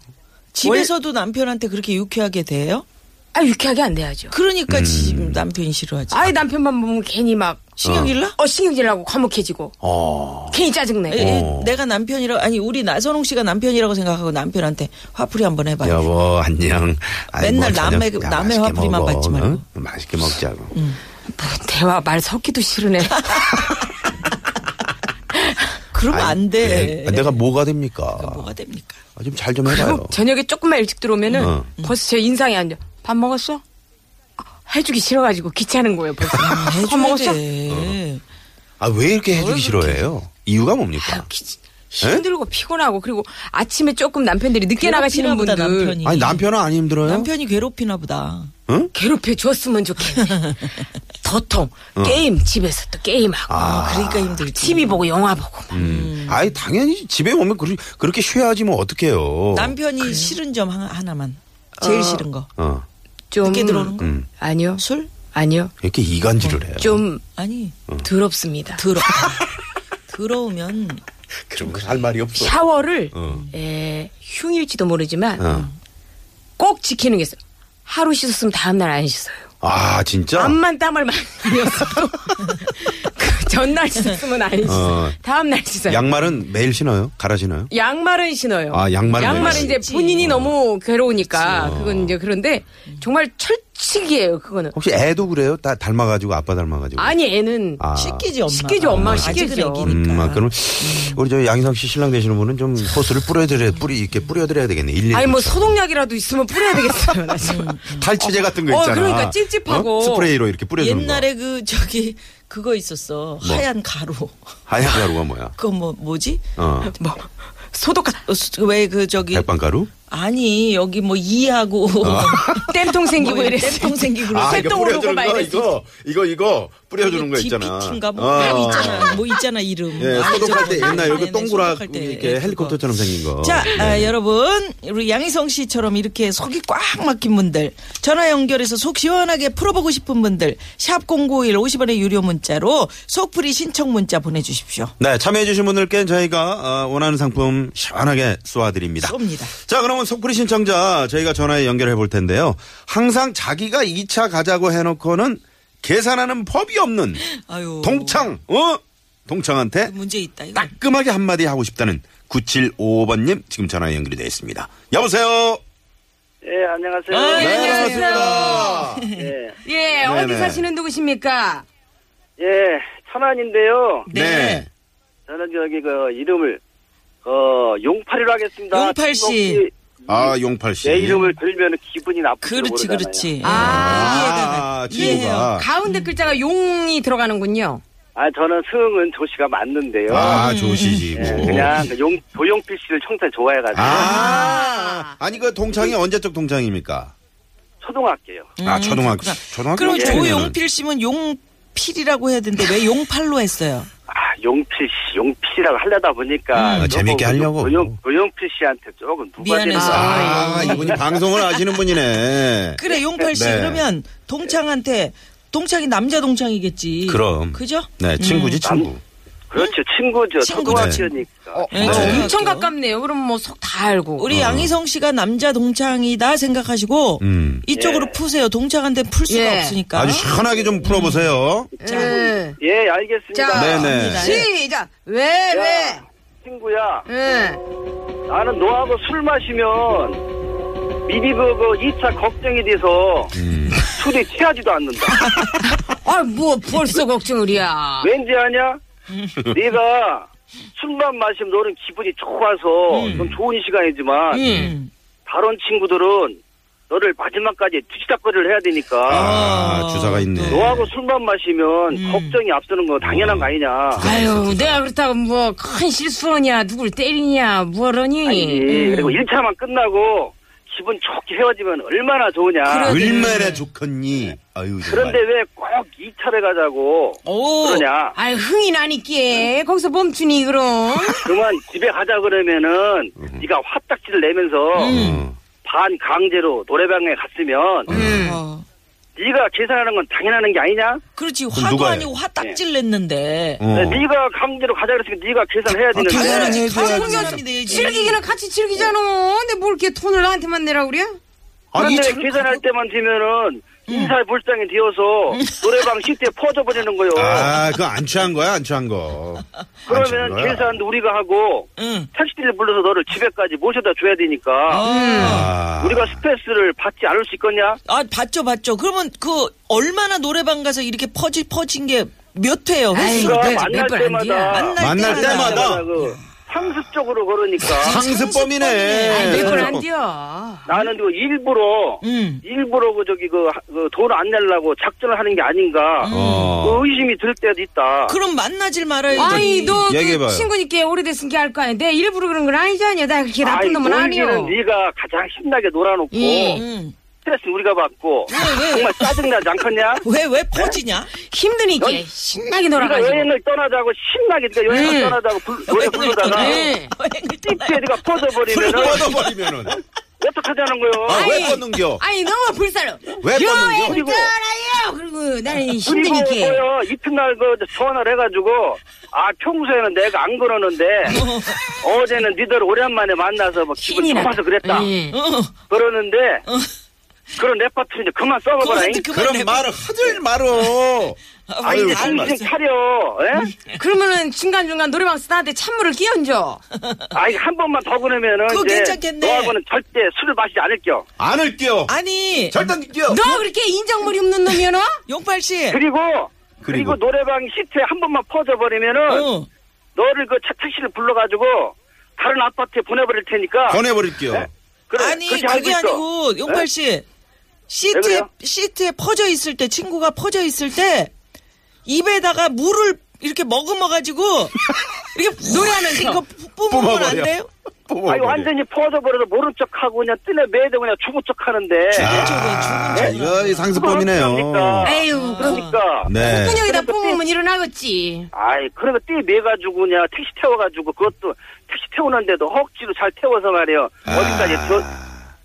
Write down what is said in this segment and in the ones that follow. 집에서도 남편한테 그렇게 유쾌하게 돼요? 아 유쾌하게 안 돼야죠. 그러니까 지금 남편이 싫어하지. 아이 남편만 보면 괜히 막 신경일라? 어, 신경질나고 과묵해지고 어. 괜히 짜증내. 에, 에, 어. 아, 내가 남편이라 아니 우리 나선홍 씨가 남편이라고 생각하고 남편한테 화풀이 한번 해봐요. 여보 안녕. 아이, 뭐 맨날 저녁 남의- 그냥 남의 맛있게 화풀이만 먹어, 받지 말고. 응? 맛있게 먹자고. 뭐, 대화 말 섞기도 싫으네. 그러면 아이, 안 돼. 예. 내가 뭐가 됩니까? 아, 뭐가 됩니까? 좀 잘 좀 해봐요. 저녁에 조금만 일찍 들어오면은 어. 벌써 제 인상이 안 좋아. 밥 먹었어? 아, 해주기 싫어가지고 귀찮은 거예요 벌써. 밥 아, 해줘야 아, 먹었어? 돼. 아, 왜 이렇게 해주기 싫어해요? 이유가 아, 뭡니까? 기- 힘들고 피곤하고 그리고 아침에 조금 남편들이 늦게 나가시는 괴롭히나 보다, 분들 남편이. 아니, 남편은 안 힘들어요? 남편이 괴롭히나 보다. 괴롭혀 줬으면 좋겠네. 도통 어. 게임 집에서 또 게임하고 그러니까 아, 힘들지. TV 보고 영화 보고 막. 음. 아니, 당연히 집에 오면 그리, 그렇게 쉬어야지 뭐 어떡해요. 남편이 싫은 점 하나, 만 제일 싫은 거. 어. 좀 늦게 들어오는 거? 음. 아니요 술? 아니요 이렇게 어, 이간질을 해요. 좀 아니 어. 더럽습니다. 더러. 더러우면 그런 걸할 말이 없어. 샤워를 어. 에, 흉일지도 모르지만 어. 꼭 지키는 게 있어요. 하루 씻었으면 다음날 안 씻어요. 아, 진짜? 암만 땀을 많이 흘렸어도 그 전날 씻었으면 안 씻어요. 어. 다음날 씻어요. 양말은 매일 신어요? 갈아 신어요? 양말은 신어요. 아, 양말은 어. 왜 이제 신지? 본인이 너무 괴로우니까 그건 이제 그런데 정말 철칙이에요. 그거는 혹시 애도 그래요? 다 닮아가지고, 아빠 닮아가지고. 아니 애는 아. 시키지 엄마. 시키지, 엄마가 시키죠. 애기니까. 음, 아, 그럼 우리 저 양희상 씨 신랑 되시는 분은 좀 호수를 뿌려드려, 뿌리, 이렇게 뿌려드려야 되겠네. 일일이. 아니 뭐 소독약이라도 있으면 뿌려야 되겠어요. 나 지금. 탈취제 같은 거 어, 있잖아. 어? 그러니까 찝찝하고. 스프레이로 이렇게 뿌려주는 옛날에 그 저기 그거 있었어. 하얀 가루. 거. 하얀 가루가 뭐야? 그거 뭐 뭐지? 뭐? 어. 뭐 소독 왜 그 저기 백반가루? 아니 여기 뭐 이하고 땜통 생기고 뭐야, 이랬어. 땜통 생기고 아, 이거 새똥 뿌려주는 오르고 막 거 이랬어. 이거 이거 이거 뿌려주는 거 있잖아. 디피트인가 뭐 어. 뭐 있잖아. 뭐 있잖아 이름. 예, 아니, 소독할 저거. 때 옛날 아니, 여기 아니, 동그랗게 소독할 때 예, 이렇게 그거. 헬리콥터처럼 생긴 거. 자, 네. 아, 여러분, 우리 양희성 씨처럼 이렇게 속이 꽉 막힌 분들, 전화 연결해서 속 시원하게 풀어보고 싶은 분들, 샵 091, 50원의 유료 문자로 속풀이 신청 문자 보내주십시오. 네, 참여해주신 분들께 저희가 어, 원하는 상품 시원하게 쏘아드립니다. 쏩니다. 자, 그러면 속풀이 신청자 저희가 전화에 연결해 볼 텐데요. 항상 자기가 2차 가자고 해놓고는 계산하는 법이 없는 아유. 동창, 어? 동창한테 문제 있다, 이거. 따끔하게 한마디 하고 싶다는 9755번님 지금 전화 연결이 되어 있습니다. 여보세요? 네, 예, 안녕하세요. 아, 예, 안녕하세요. 반갑습니다. 예, 예, 네네. 어디 사시는 누구십니까? 예, 천안인데요. 네. 저는 저기 그 이름을 어 용팔이로 하겠습니다. 용팔 씨. 혹시 아, 용팔 씨. 내 이름을 들면 기분이 나쁘죠. 그렇지, 그렇지. 아, 아, 친구가. 가운데 글자가 용이 들어가는군요. 아, 저는 승은 조씨가 맞는데요. 아, 조시지. 예, 뭐. 그냥 그용 조용필 씨를 청산 좋아해가지고 아, 아니, 그 동창이 언제적 동창입니까? 초등학교요. 아, 초등학교. 초등학교. 그럼 때면은. 조용필 씨는 용필이라고 해야 되는데 왜 용팔로 했어요? 아, 용필 씨, 용필이라고 하려다 보니까. 음, 조금 재밌게 그 하려고. 고용, 고용필 씨한테 조금 누가 미안해서. 아, 이분이 방송을 아시는 분이네. 그래 용팔 씨 네. 그러면 동창한테 동창이 남자 동창이겠지. 그럼. 그죠? 음, 네, 친구지, 친구. 그렇죠. 친구죠. 친구죠. 초등학교니까. 예, 네. 그렇죠. 저 초등학교. 어, 엄청 가깝네요. 그럼 뭐 속 다 알고. 어, 우리 양희성 씨가 남자 동창이다 생각하시고 음. 이쪽으로 예. 푸세요. 동창한테 풀 수가 예. 없으니까. 아주 시원하게 좀 풀어보세요. 예. 예, 알겠습니다. 자, 네네. 갑니다. 시작. 왜 야, 왜? 친구야, 예. 나는 너하고 술 마시면 미리 그거 2차 걱정이 돼서 술이 취하지도 않는다. 아뭐 벌써 걱정을 이야. 왠지 아냐? 네가 술만 마시면 너는 기분이 좋아서 넌 좋은 시간이지만 음. 다른 친구들은 너를 마지막까지 뒤치다거리를 해야 되니까 아, 주사가 있네. 너하고 술만 마시면 걱정이 앞서는 건 당연한 거 아니냐? 아유 내가 그렇다고 뭐 큰 실수냐 누굴 때리냐 뭐러니. 아니지. 그리고 1차만 끝나고 기분 좋게 헤어지면 얼마나 그렇죠. 좋으냐. 얼마나 좋겠니? 아유, 정말. 그런데 왜 꼭 2차를 가자고 오. 그러냐? 아유 흥이 나니께 거기서 멈추니 그럼. 그만 집에 가자 그러면은 음. 네가 화딱지를 내면서 반 강제로 노래방에 갔으면 음. 어. 네가 계산하는 건 당연하는 게 아니냐? 그렇지 그럼 화도 누가 해? 아니고 화딱질 냈는데. 어. 아, 네가 강제로 가자 그랬으니까 네가 계산해야 되는데 당연하지. 그러니까 가는 당연하지. 사람이 내지. 즐기기는 같이 즐기잖아. 근데 뭘 이렇게 돈을 나한테만 내라 그래? 아니, 음. 그런데 계산할 때만 되면은 인사불상이 되어서 노래방 시트에 퍼져버리는 거요. 아, 그거 안 취한 거야, 안 취한 거. 안 취한 뭐 그러면 거야? 계산도 우리가 하고 음. 응. 택시를 불러서 너를 집에까지 모셔다 줘야 되니까 아. 우리가 스트레스를 받지 않을 수 있겠냐? 아 봤죠 봤죠. 그러면 그 얼마나 노래방 가서 이렇게 퍼지 퍼진 게 몇 회요? 아이, 횟수가? 우리가 몇- 그러니까 만날 몇번 때마다 안 돼요. 예. 만날 때마다. 그 상습적으로 그러니까 상습범이네. 아니 몇번 상습범. 안 돼요. 나는 그 일부러 음. 일부러 그 저기 그돈안 내려고 작전을 하는 게 아닌가 어. 그 의심이 들 때도 있다. 그럼 만나질 말아야지. 아이 너 얘기해봐요. 그 친구니까 오래됐으니까 알 거 아니야. 내 일부러 그런 건 아니잖아. 나 그렇게 나쁜 아이, 놈은 놀기는 아니요. 네가 가장 신나게 놀아놓고 음. 스트레스 우리가 받고 왜? 정말 짜증나지 않겠냐? 왜, 왜 퍼지냐? 네? 힘드니까 신나게 네가 놀아가지고. 여행을 떠나자고 신나게 네가 여행을 떠나자고 불- 노래 부르다가 예. 네. 여행을 떠나요. 띠띠에 네가 퍼져버리면 뻗어버리면은. 어떡하자는 거요? 그러니까. 아, 왜 아이. 뻗는겨? 아니 너무 불쌍해. 왜 뻗는겨? 여행 그리고- 떠나요. 그리고 나는 그리고 힘드니까. 뭐요 이튿날 그 전화를 해가지고 아 평소에는 내가 안 그러는데 어제는 니들 오랜만에 만나서 뭐 기분 신이 좋아서 났다. 그랬다 예. 어, 그러는데 그런 내 파트 이제 그만 써먹어라 그만, 그만 그런 해봐. 말을 하들 말어. 아, 아유, 아니, 정말. 알겠어. 정신 차려 음. 예? 그러면은 중간중간 노래방 스타한테 찬물을 끼얹어. 아이 한 번만 더 그러면은 그거 이제 괜찮겠네. 너하고는 절대 술을 마시지 않을게요 안 할게요. 아니, 절대 안 할게요. 너 그렇게 인정물이 없는 놈이야 너? 용팔 씨. 그리고 그리고. 그리고, 노래방 시트에 한 번만 퍼져버리면은 어. 너를 그 차- 택시를 불러가지고 다른 아파트에 보내버릴 테니까 보내버릴게요. 그래, 아니, 그렇게 알고 그게 있어. 네? 아니고, 용팔 씨. 시트에, 그래요? 시트에 퍼져 있을 때, 친구가 퍼져 있을 때, 입에다가 물을 이렇게 머금어가지고, 이렇게 노래하는 아, 이거 뿜으면 안 뿜어버려. 돼요? 아니 뽑아버려. 완전히 퍼져버려서 모른 척하고 그냥 뜰에 매도 그냥 죽은 척하는데 아, 저거 죽은 이거 그거 상습범이네요. 어떡합니까? 에휴. 그러니까 네. 끈형이다 뽑으면 일어나겠지. 아이 그러니까 띠 매가지고 그냥 택시 태워가지고 그것도 택시 태우는데도 억지로 잘 태워서 말이에요 아. 어디까지 저,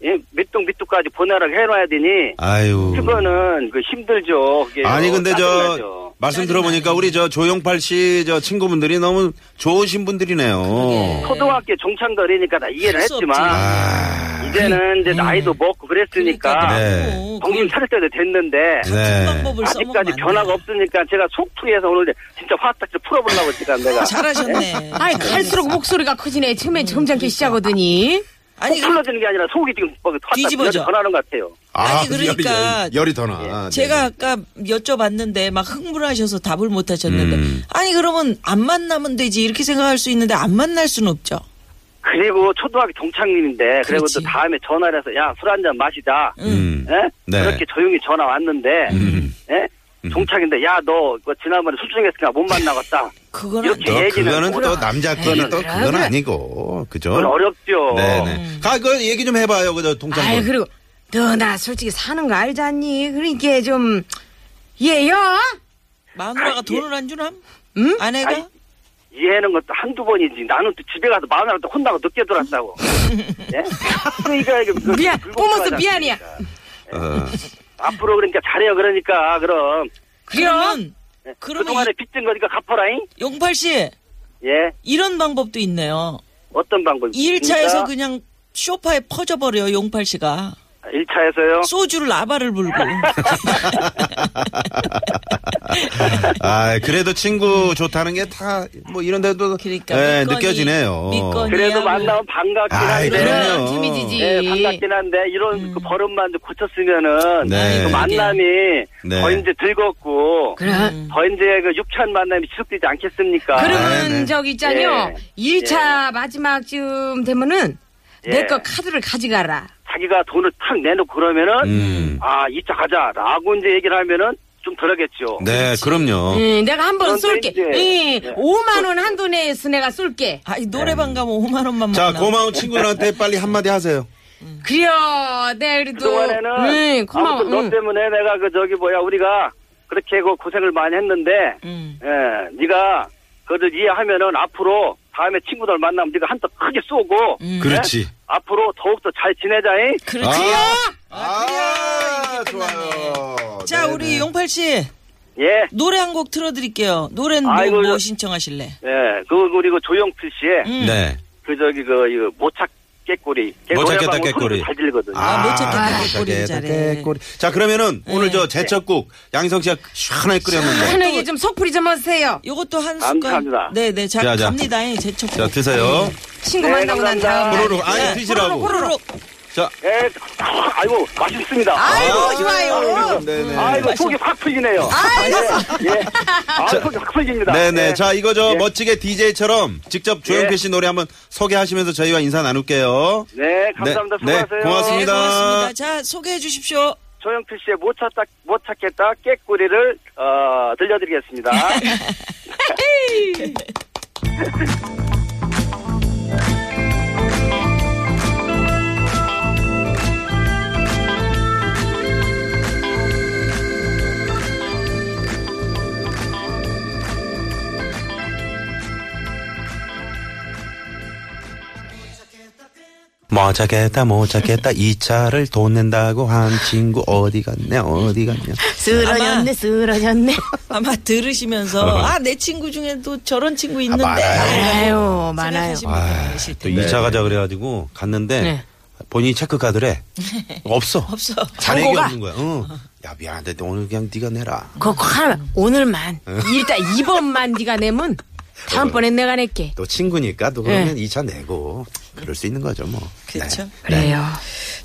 예, 밑동 밑동까지 보내라고 해놔야 되니 아유. 그거는 그 힘들죠 그게 아니 근데 저 짜증나죠. 말씀 들어보니까 우리 저 조용팔 씨 저 친구분들이 너무 좋으신 분들이네요. 초등학교 종창거리니까 나 이해를 할수 했지만 아, 이제는 이제 나이도 먹고 그랬으니까 네. 그러니까. 어, 그리고 그러니까 정신 차릴 때도 됐는데 그런 네. 방법을 써먹으면 아직까지 안 돼. 변화가 없으니까 제가 속풀이해서 오늘 진짜 화딱지 풀어보려고 지금 내가 아, 잘하셨네. 아니 갈수록 목소리가 커지네. 처음엔 점잖게 시작하더니. 아니, 풀러지는게 아니라 속이 지금 막 화딱지 뒤집어져. 변하는 것 같아요. 아니, 그러니까 열이, 열이 더 나. 네. 제가 아까 여쭤봤는데 막 흥분하셔서 답을 못 하셨는데 음. 아니 그러면 안 만나면 되지 이렇게 생각할 수 있는데 안 만날 수는 없죠. 그리고 초등학교 동창님인데 그리고 그렇지. 또 다음에 전화를 해서 야 술 한 잔 마시자. 음. 예? 네. 음. 그렇게 조용히 전화 왔는데 예? 동창인데 야 너 지난번에 술 중했으니까 못 만나갔다. 그건 안 돼. 이렇게 또 얘기는 그거는 또 뭐라- 남자끼리 또 그래, 그건 그래. 아니고 그죠? 그건 어렵죠. 네네. 가그 얘기 좀 해봐요 그저 동창. 아이 그리고 너 나 솔직히 사는 거 알잖니. 그러니까 좀 얘야. 마누라가 아, 돈을 안 주나? 음? 아내가? 아이, 이해하는 것도 한두 번이지. 나는 또 집에 가서 마누라한테 혼나고 늦게 들었다고. 예? 그러니까 이게 그- 미안. 불공평하지 뽀모스 않습니까? 미안이야. 어. 앞으로 그러니까 잘해요. 그러니까 그럼 그러면 예. 그러면 그동안에 빚진 거니까 갚아라잉. 용팔 씨 예. 이런 방법도 있네요. 어떤 방법이? 2일차에서 그냥 쇼파에 퍼져버려 용팔 씨가 1차에서요. 그 소주를 라바를 불고 아, 그래도 친구 좋다는 게 다, 뭐, 이런 데도. 그러니까 예, 믿거니, 느껴지네요. 믿거니. 그래도 미안해. 만나면 반갑긴 아이, 한데. 그럼요. 그럼 재미지지. 예, 반갑긴 한데 이런 그 음. 버릇만 좀 고쳤으면은 네. 그 만남이 네. 더 이제 즐겁고 음. 그럼. 더 이제 그 육찬 만남이 지속되지 않겠습니까? 그러면 네, 네. 저기 있잖요. 예. 일 1차 마지막쯤 되면은 예. 내 거 카드를 가져가라. 자기가 돈을 탁 내놓고 그러면은 음. 아 2차 가자라고 이제 얘기를 하면은 좀 덜하겠죠. 네, 그럼요. 음, 예, 내가 한 번 쏠게. 그런데 이제- 예, 5만 원 한도 내에서 내가 쏠게. 아이 노래방 가면 5만 원만 네. 자, 먹나 고마운 친구들한테 빨리 한마디 하세요. 그래요. 내 그래도. 그동안에는 예, 고마워. 아무튼 너 응. 때문에 내가 그 저기 뭐야 우리가 그렇게 그 고생을 많이 했는데 음. 예, 네가 그들 이해하면은 앞으로 다음에 친구들 만나면 네가 한턱 크게 쏘고 예? 그렇지. 앞으로 더욱더 잘 지내자잉. 그렇지. 아, 아, 좋아요. 자 네네. 우리 용팔 씨 예. 노래 한 곡 틀어드릴게요. 노래는 아이고, 뭐, 뭐 저- 신청하실래? 예, 그, 그리고 조영필 씨의, 음, 네. 그, 저기, 그, 이거 못 찾겠 꼬리. 걔 못 찾겠다, 노래방은 깨꼬리. 소리도 잘 들리거든요. 아, 못 찾겠다, 못 깨꼬리를 찾겠다, 잘해. 네. 깨꼬리. 자, 그러면은 오늘 저 제첩국 양희성 씨가 시원하게 끓였는데. 하나에게 좀 속풀이 좀 하세요. 요것도 한 숟갈. 감사합니다. 네네 자, 자, 자. 갑니다. 예, 예, 제 첫. 자, 드세요. 친구 네, 만나고 난 감사합니다. 다음 날. 호로록. 아니, 드시라고. 네. 호로록. 네, 자. 예, 아이고, 맛있습니다. 아이고, 아, 좋아요. 네네. 아이고, 속이 확 풀리네요. 아이고. 예. 아, 속이 확 풀립니다. 네네. 예. 자, 이거 저 예. 멋지게 DJ처럼 직접 조영필 예. 씨 노래 한번 소개하시면서 저희와 인사 나눌게요. 네, 감사합니다. 네, 수고하세요. 네, 고맙습니다. 네, 고맙습니다. 자 소개해 주십시오. 조영필 씨의 못 찾다, 못 찾겠다 깨꼬리를, 어, 들려드리겠습니다. 못 찾겠다, 못 찾겠다. 이 차를 돈 낸다고 한 친구 어디 갔냐, 어디 갔냐. 쓰러졌네, 쓰러졌네. 아마 들으시면서 아 내 친구 중에도 저런 친구 있는데 어. 많아요. 많아요, 많아요. 생각하신 분들 아, 계실 또 네, 텐데. 2차 가자 그래가지고 갔는데 네. 본인이 체크카드래. 없어. 없어. 잔액이 잔고가. 없는 거야. 응. 야, 미안한데 오늘 그냥 네가 내라. 그거 하나, 오늘만. 일단 이번만 네가 내면 다음번엔 내가 낼게. 또 친구니까 또 그러면 2차 내고 그럴 수 있는 거죠, 뭐. 그렇죠. 그래요.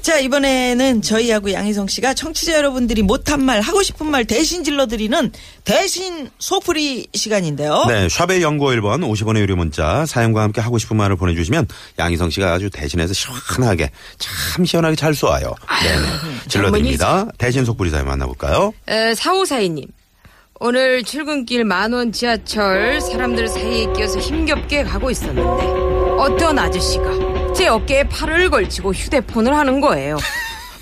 자 이번에는 저희하고 양희성 씨가 청취자 여러분들이 못한 말 하고 싶은 말 대신 질러드리는 대신 소풀이 시간인데요. 네, 샵의 연구 1번 50원의 유료 문자 사연과 함께 하고 싶은 말을 보내주시면 양희성 씨가 아주 대신해서 시원하게 참 시원하게 잘 쏘아요. 네네. 질러드립니다. 대신 속불이 사연 만나볼까요? 에, 4542님. 오늘 출근길 만원 지하철 사람들 사이에 끼어서 힘겹게 가고 있었는데 어떤 아저씨가 제 어깨에 팔을 걸치고 휴대폰을 하는 거예요.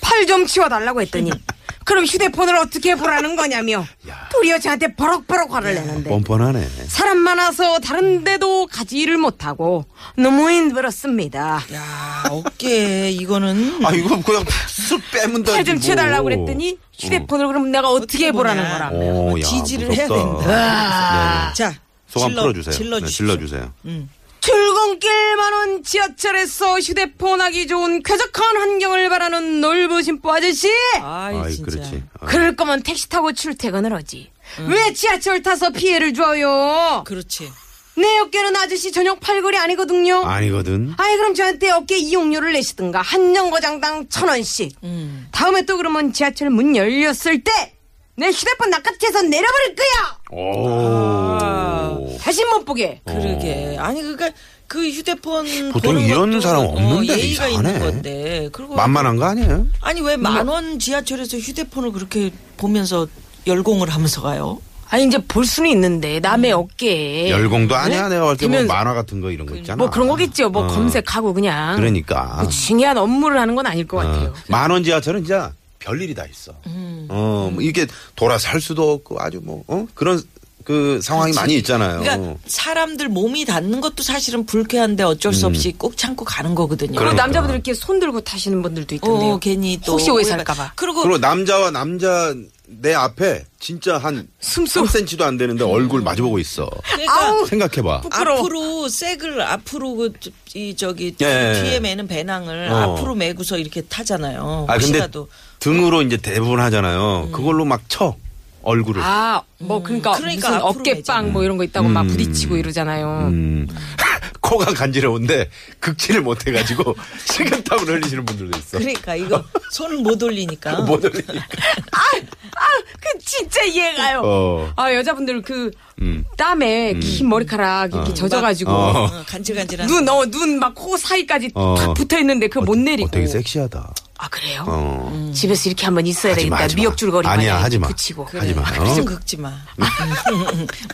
팔 좀 치워달라고 했더니 그럼 휴대폰을 어떻게 보라는 거냐며 도리어 저한테 버럭버럭 화를 내는데 뻔뻔하네. 사람 많아서 다른 데도 가지를 못하고 너무 힘들었습니다. 야 어깨 이거는 아, 이거 그냥 쑥 빼면 되지. 팔 좀 뭐. 치워달라고 그랬더니 휴대폰을 그럼 내가 어떻게, 어떻게 보라는 보냐. 거라. 오, 아, 네. 야, 지지를 무섭다. 해야 된다. 아, 네. 자 소감 질러, 풀어주세요. 네, 질러주십시오. 질러주세요. 출근길 만원 지하철에서 휴대폰 하기 좋은 쾌적한 환경을 바라는 놀부심보 아저씨 아이, 아이, 진짜. 그렇지. 아, 그럴 거면 택시 타고 출퇴근을 하지 왜 지하철 타서 피해를 줘요 그렇지. 내 어깨는 아저씨 저녁 팔걸이 아니거든요 아니거든. 아이 그럼 저한테 어깨 이용료를 내시든가 한 정거장당 천 원씩 다음에 또 그러면 지하철 문 열렸을 때 내 휴대폰 낚아채서 내려버릴 거야 오. 다시 못 보게 아, 어. 그러게. 아니 그러니까 그 휴대폰 보통 보는 이런 것도, 사람 어, 없는데 예의가 이상하네. 있는 건데. 그리고 만만한 거 아니에요? 아니 왜 만 원 지하철에서 휴대폰을 그렇게 보면서 열공을 하면서 가요? 아니 이제 볼 수는 있는데 남의 어깨에 음. 열공도 아니야. 내가 볼 때 뭐 보면서- 만화 같은 거 이런 거 있잖아. 뭐 예. 그런 거겠죠. 뭐 어. 검색하고 그냥. 그러니까. 어. 뭐 중요한 업무를 하는 건 아닐 것 같아요. 만 원 지하철은 진짜 별일이 다 있어. 어, 뭐 이렇게 돌아서 할 수도 없고 아주 뭐 어? 그런 그 상황이 많이 있잖아요. 그러니까 사람들 몸이 닿는 것도 사실은 불쾌한데 어쩔 수 없이 꼭 참고 가는 거거든요. 그리고 음. 그러니까. 남자분들 이렇게 손 들고 타시는 분들도 있던데요. 어, 괜히 또 혹시 오해살까봐. 그리고 그리고 남자와 남자 내 앞에 진짜 한 숨소. 3cm도 안 되는데 얼굴 마주보고 있어. 그러니까 아우 생각해봐. 뭐 부끄러워. 앞으로 색을 앞으로 그 이 저기 예, 예. 뒤에 매는 배낭을 어. 앞으로 메고서 이렇게 타잖아요. 아 근데 혹시라도 등으로 이제 대부분 하잖아요. 그걸로 막 쳐. 얼굴을. 아, 뭐 그러니까, 그러니까 무슨 앞으로 어깨빵 뭐 이런 거 있다고 막 부딪히고 이러잖아요. 음. 코가 간지러운데 극치를 못해가지고 식은땀을 흘리시는 분들도 있어. 그러니까 이거 손을 못 올리니까 못 흘리니까. 아, 그 진짜 이해가요. 어. 음. 아, 여자분들 그 땀에 긴 머리카락 이렇게 젖어가지고 어. 어, 간질간질한 눈, 어, 눈 막 코 사이까지 어. 탁 붙어 있는데 그걸 못 내리고. 어, 되게 섹시하다. 아, 그래요? 어. 집에서 이렇게 한번 있어야 하지 마, 되겠다. 하지 마. 미역줄거리 아니야, 마냥 하지 마. 붙이고. 하지 마. 어? 좀 긁지 마.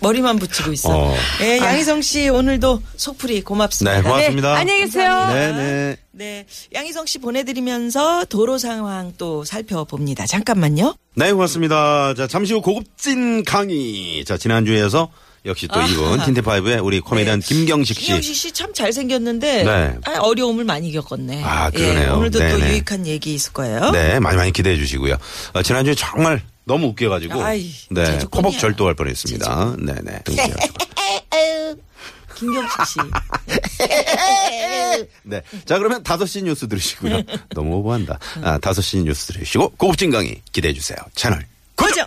머리만 붙이고 있어. 어. 예, 양희성 씨 오늘도 속풀이 고맙습니다. 네, 고맙습니다. 네, 안녕히 계세요. 네네. 네, 양희성 씨 보내드리면서 도로 상황 또 살펴봅니다. 잠깐만요. 네, 고맙습니다. 자, 잠시 후 고급진 강의. 자, 지난주에서 역시 또 아. 이분, 틴트파이브의 우리 네. 코미디언 김경식 씨. 김영식 씨 참 잘생겼는데 네. 아, 어려움을 많이 겪었네. 아, 그러네요. 예, 오늘도 또 네네. 유익한 얘기 있을 거예요. 네, 많이 많이 기대해 주시고요. 어, 지난주에 정말 너무 웃겨가지고. 아이, 네, 제주꾼이야. 코벅 절도할 뻔 했습니다. 네네. 김경식 씨. 네. 자, 그러면 5시 뉴스 들으시고요. 너무 오버한다. 아, 5시 뉴스 들으시고, 고급진 강의 기대해 주세요. 채널. 고정.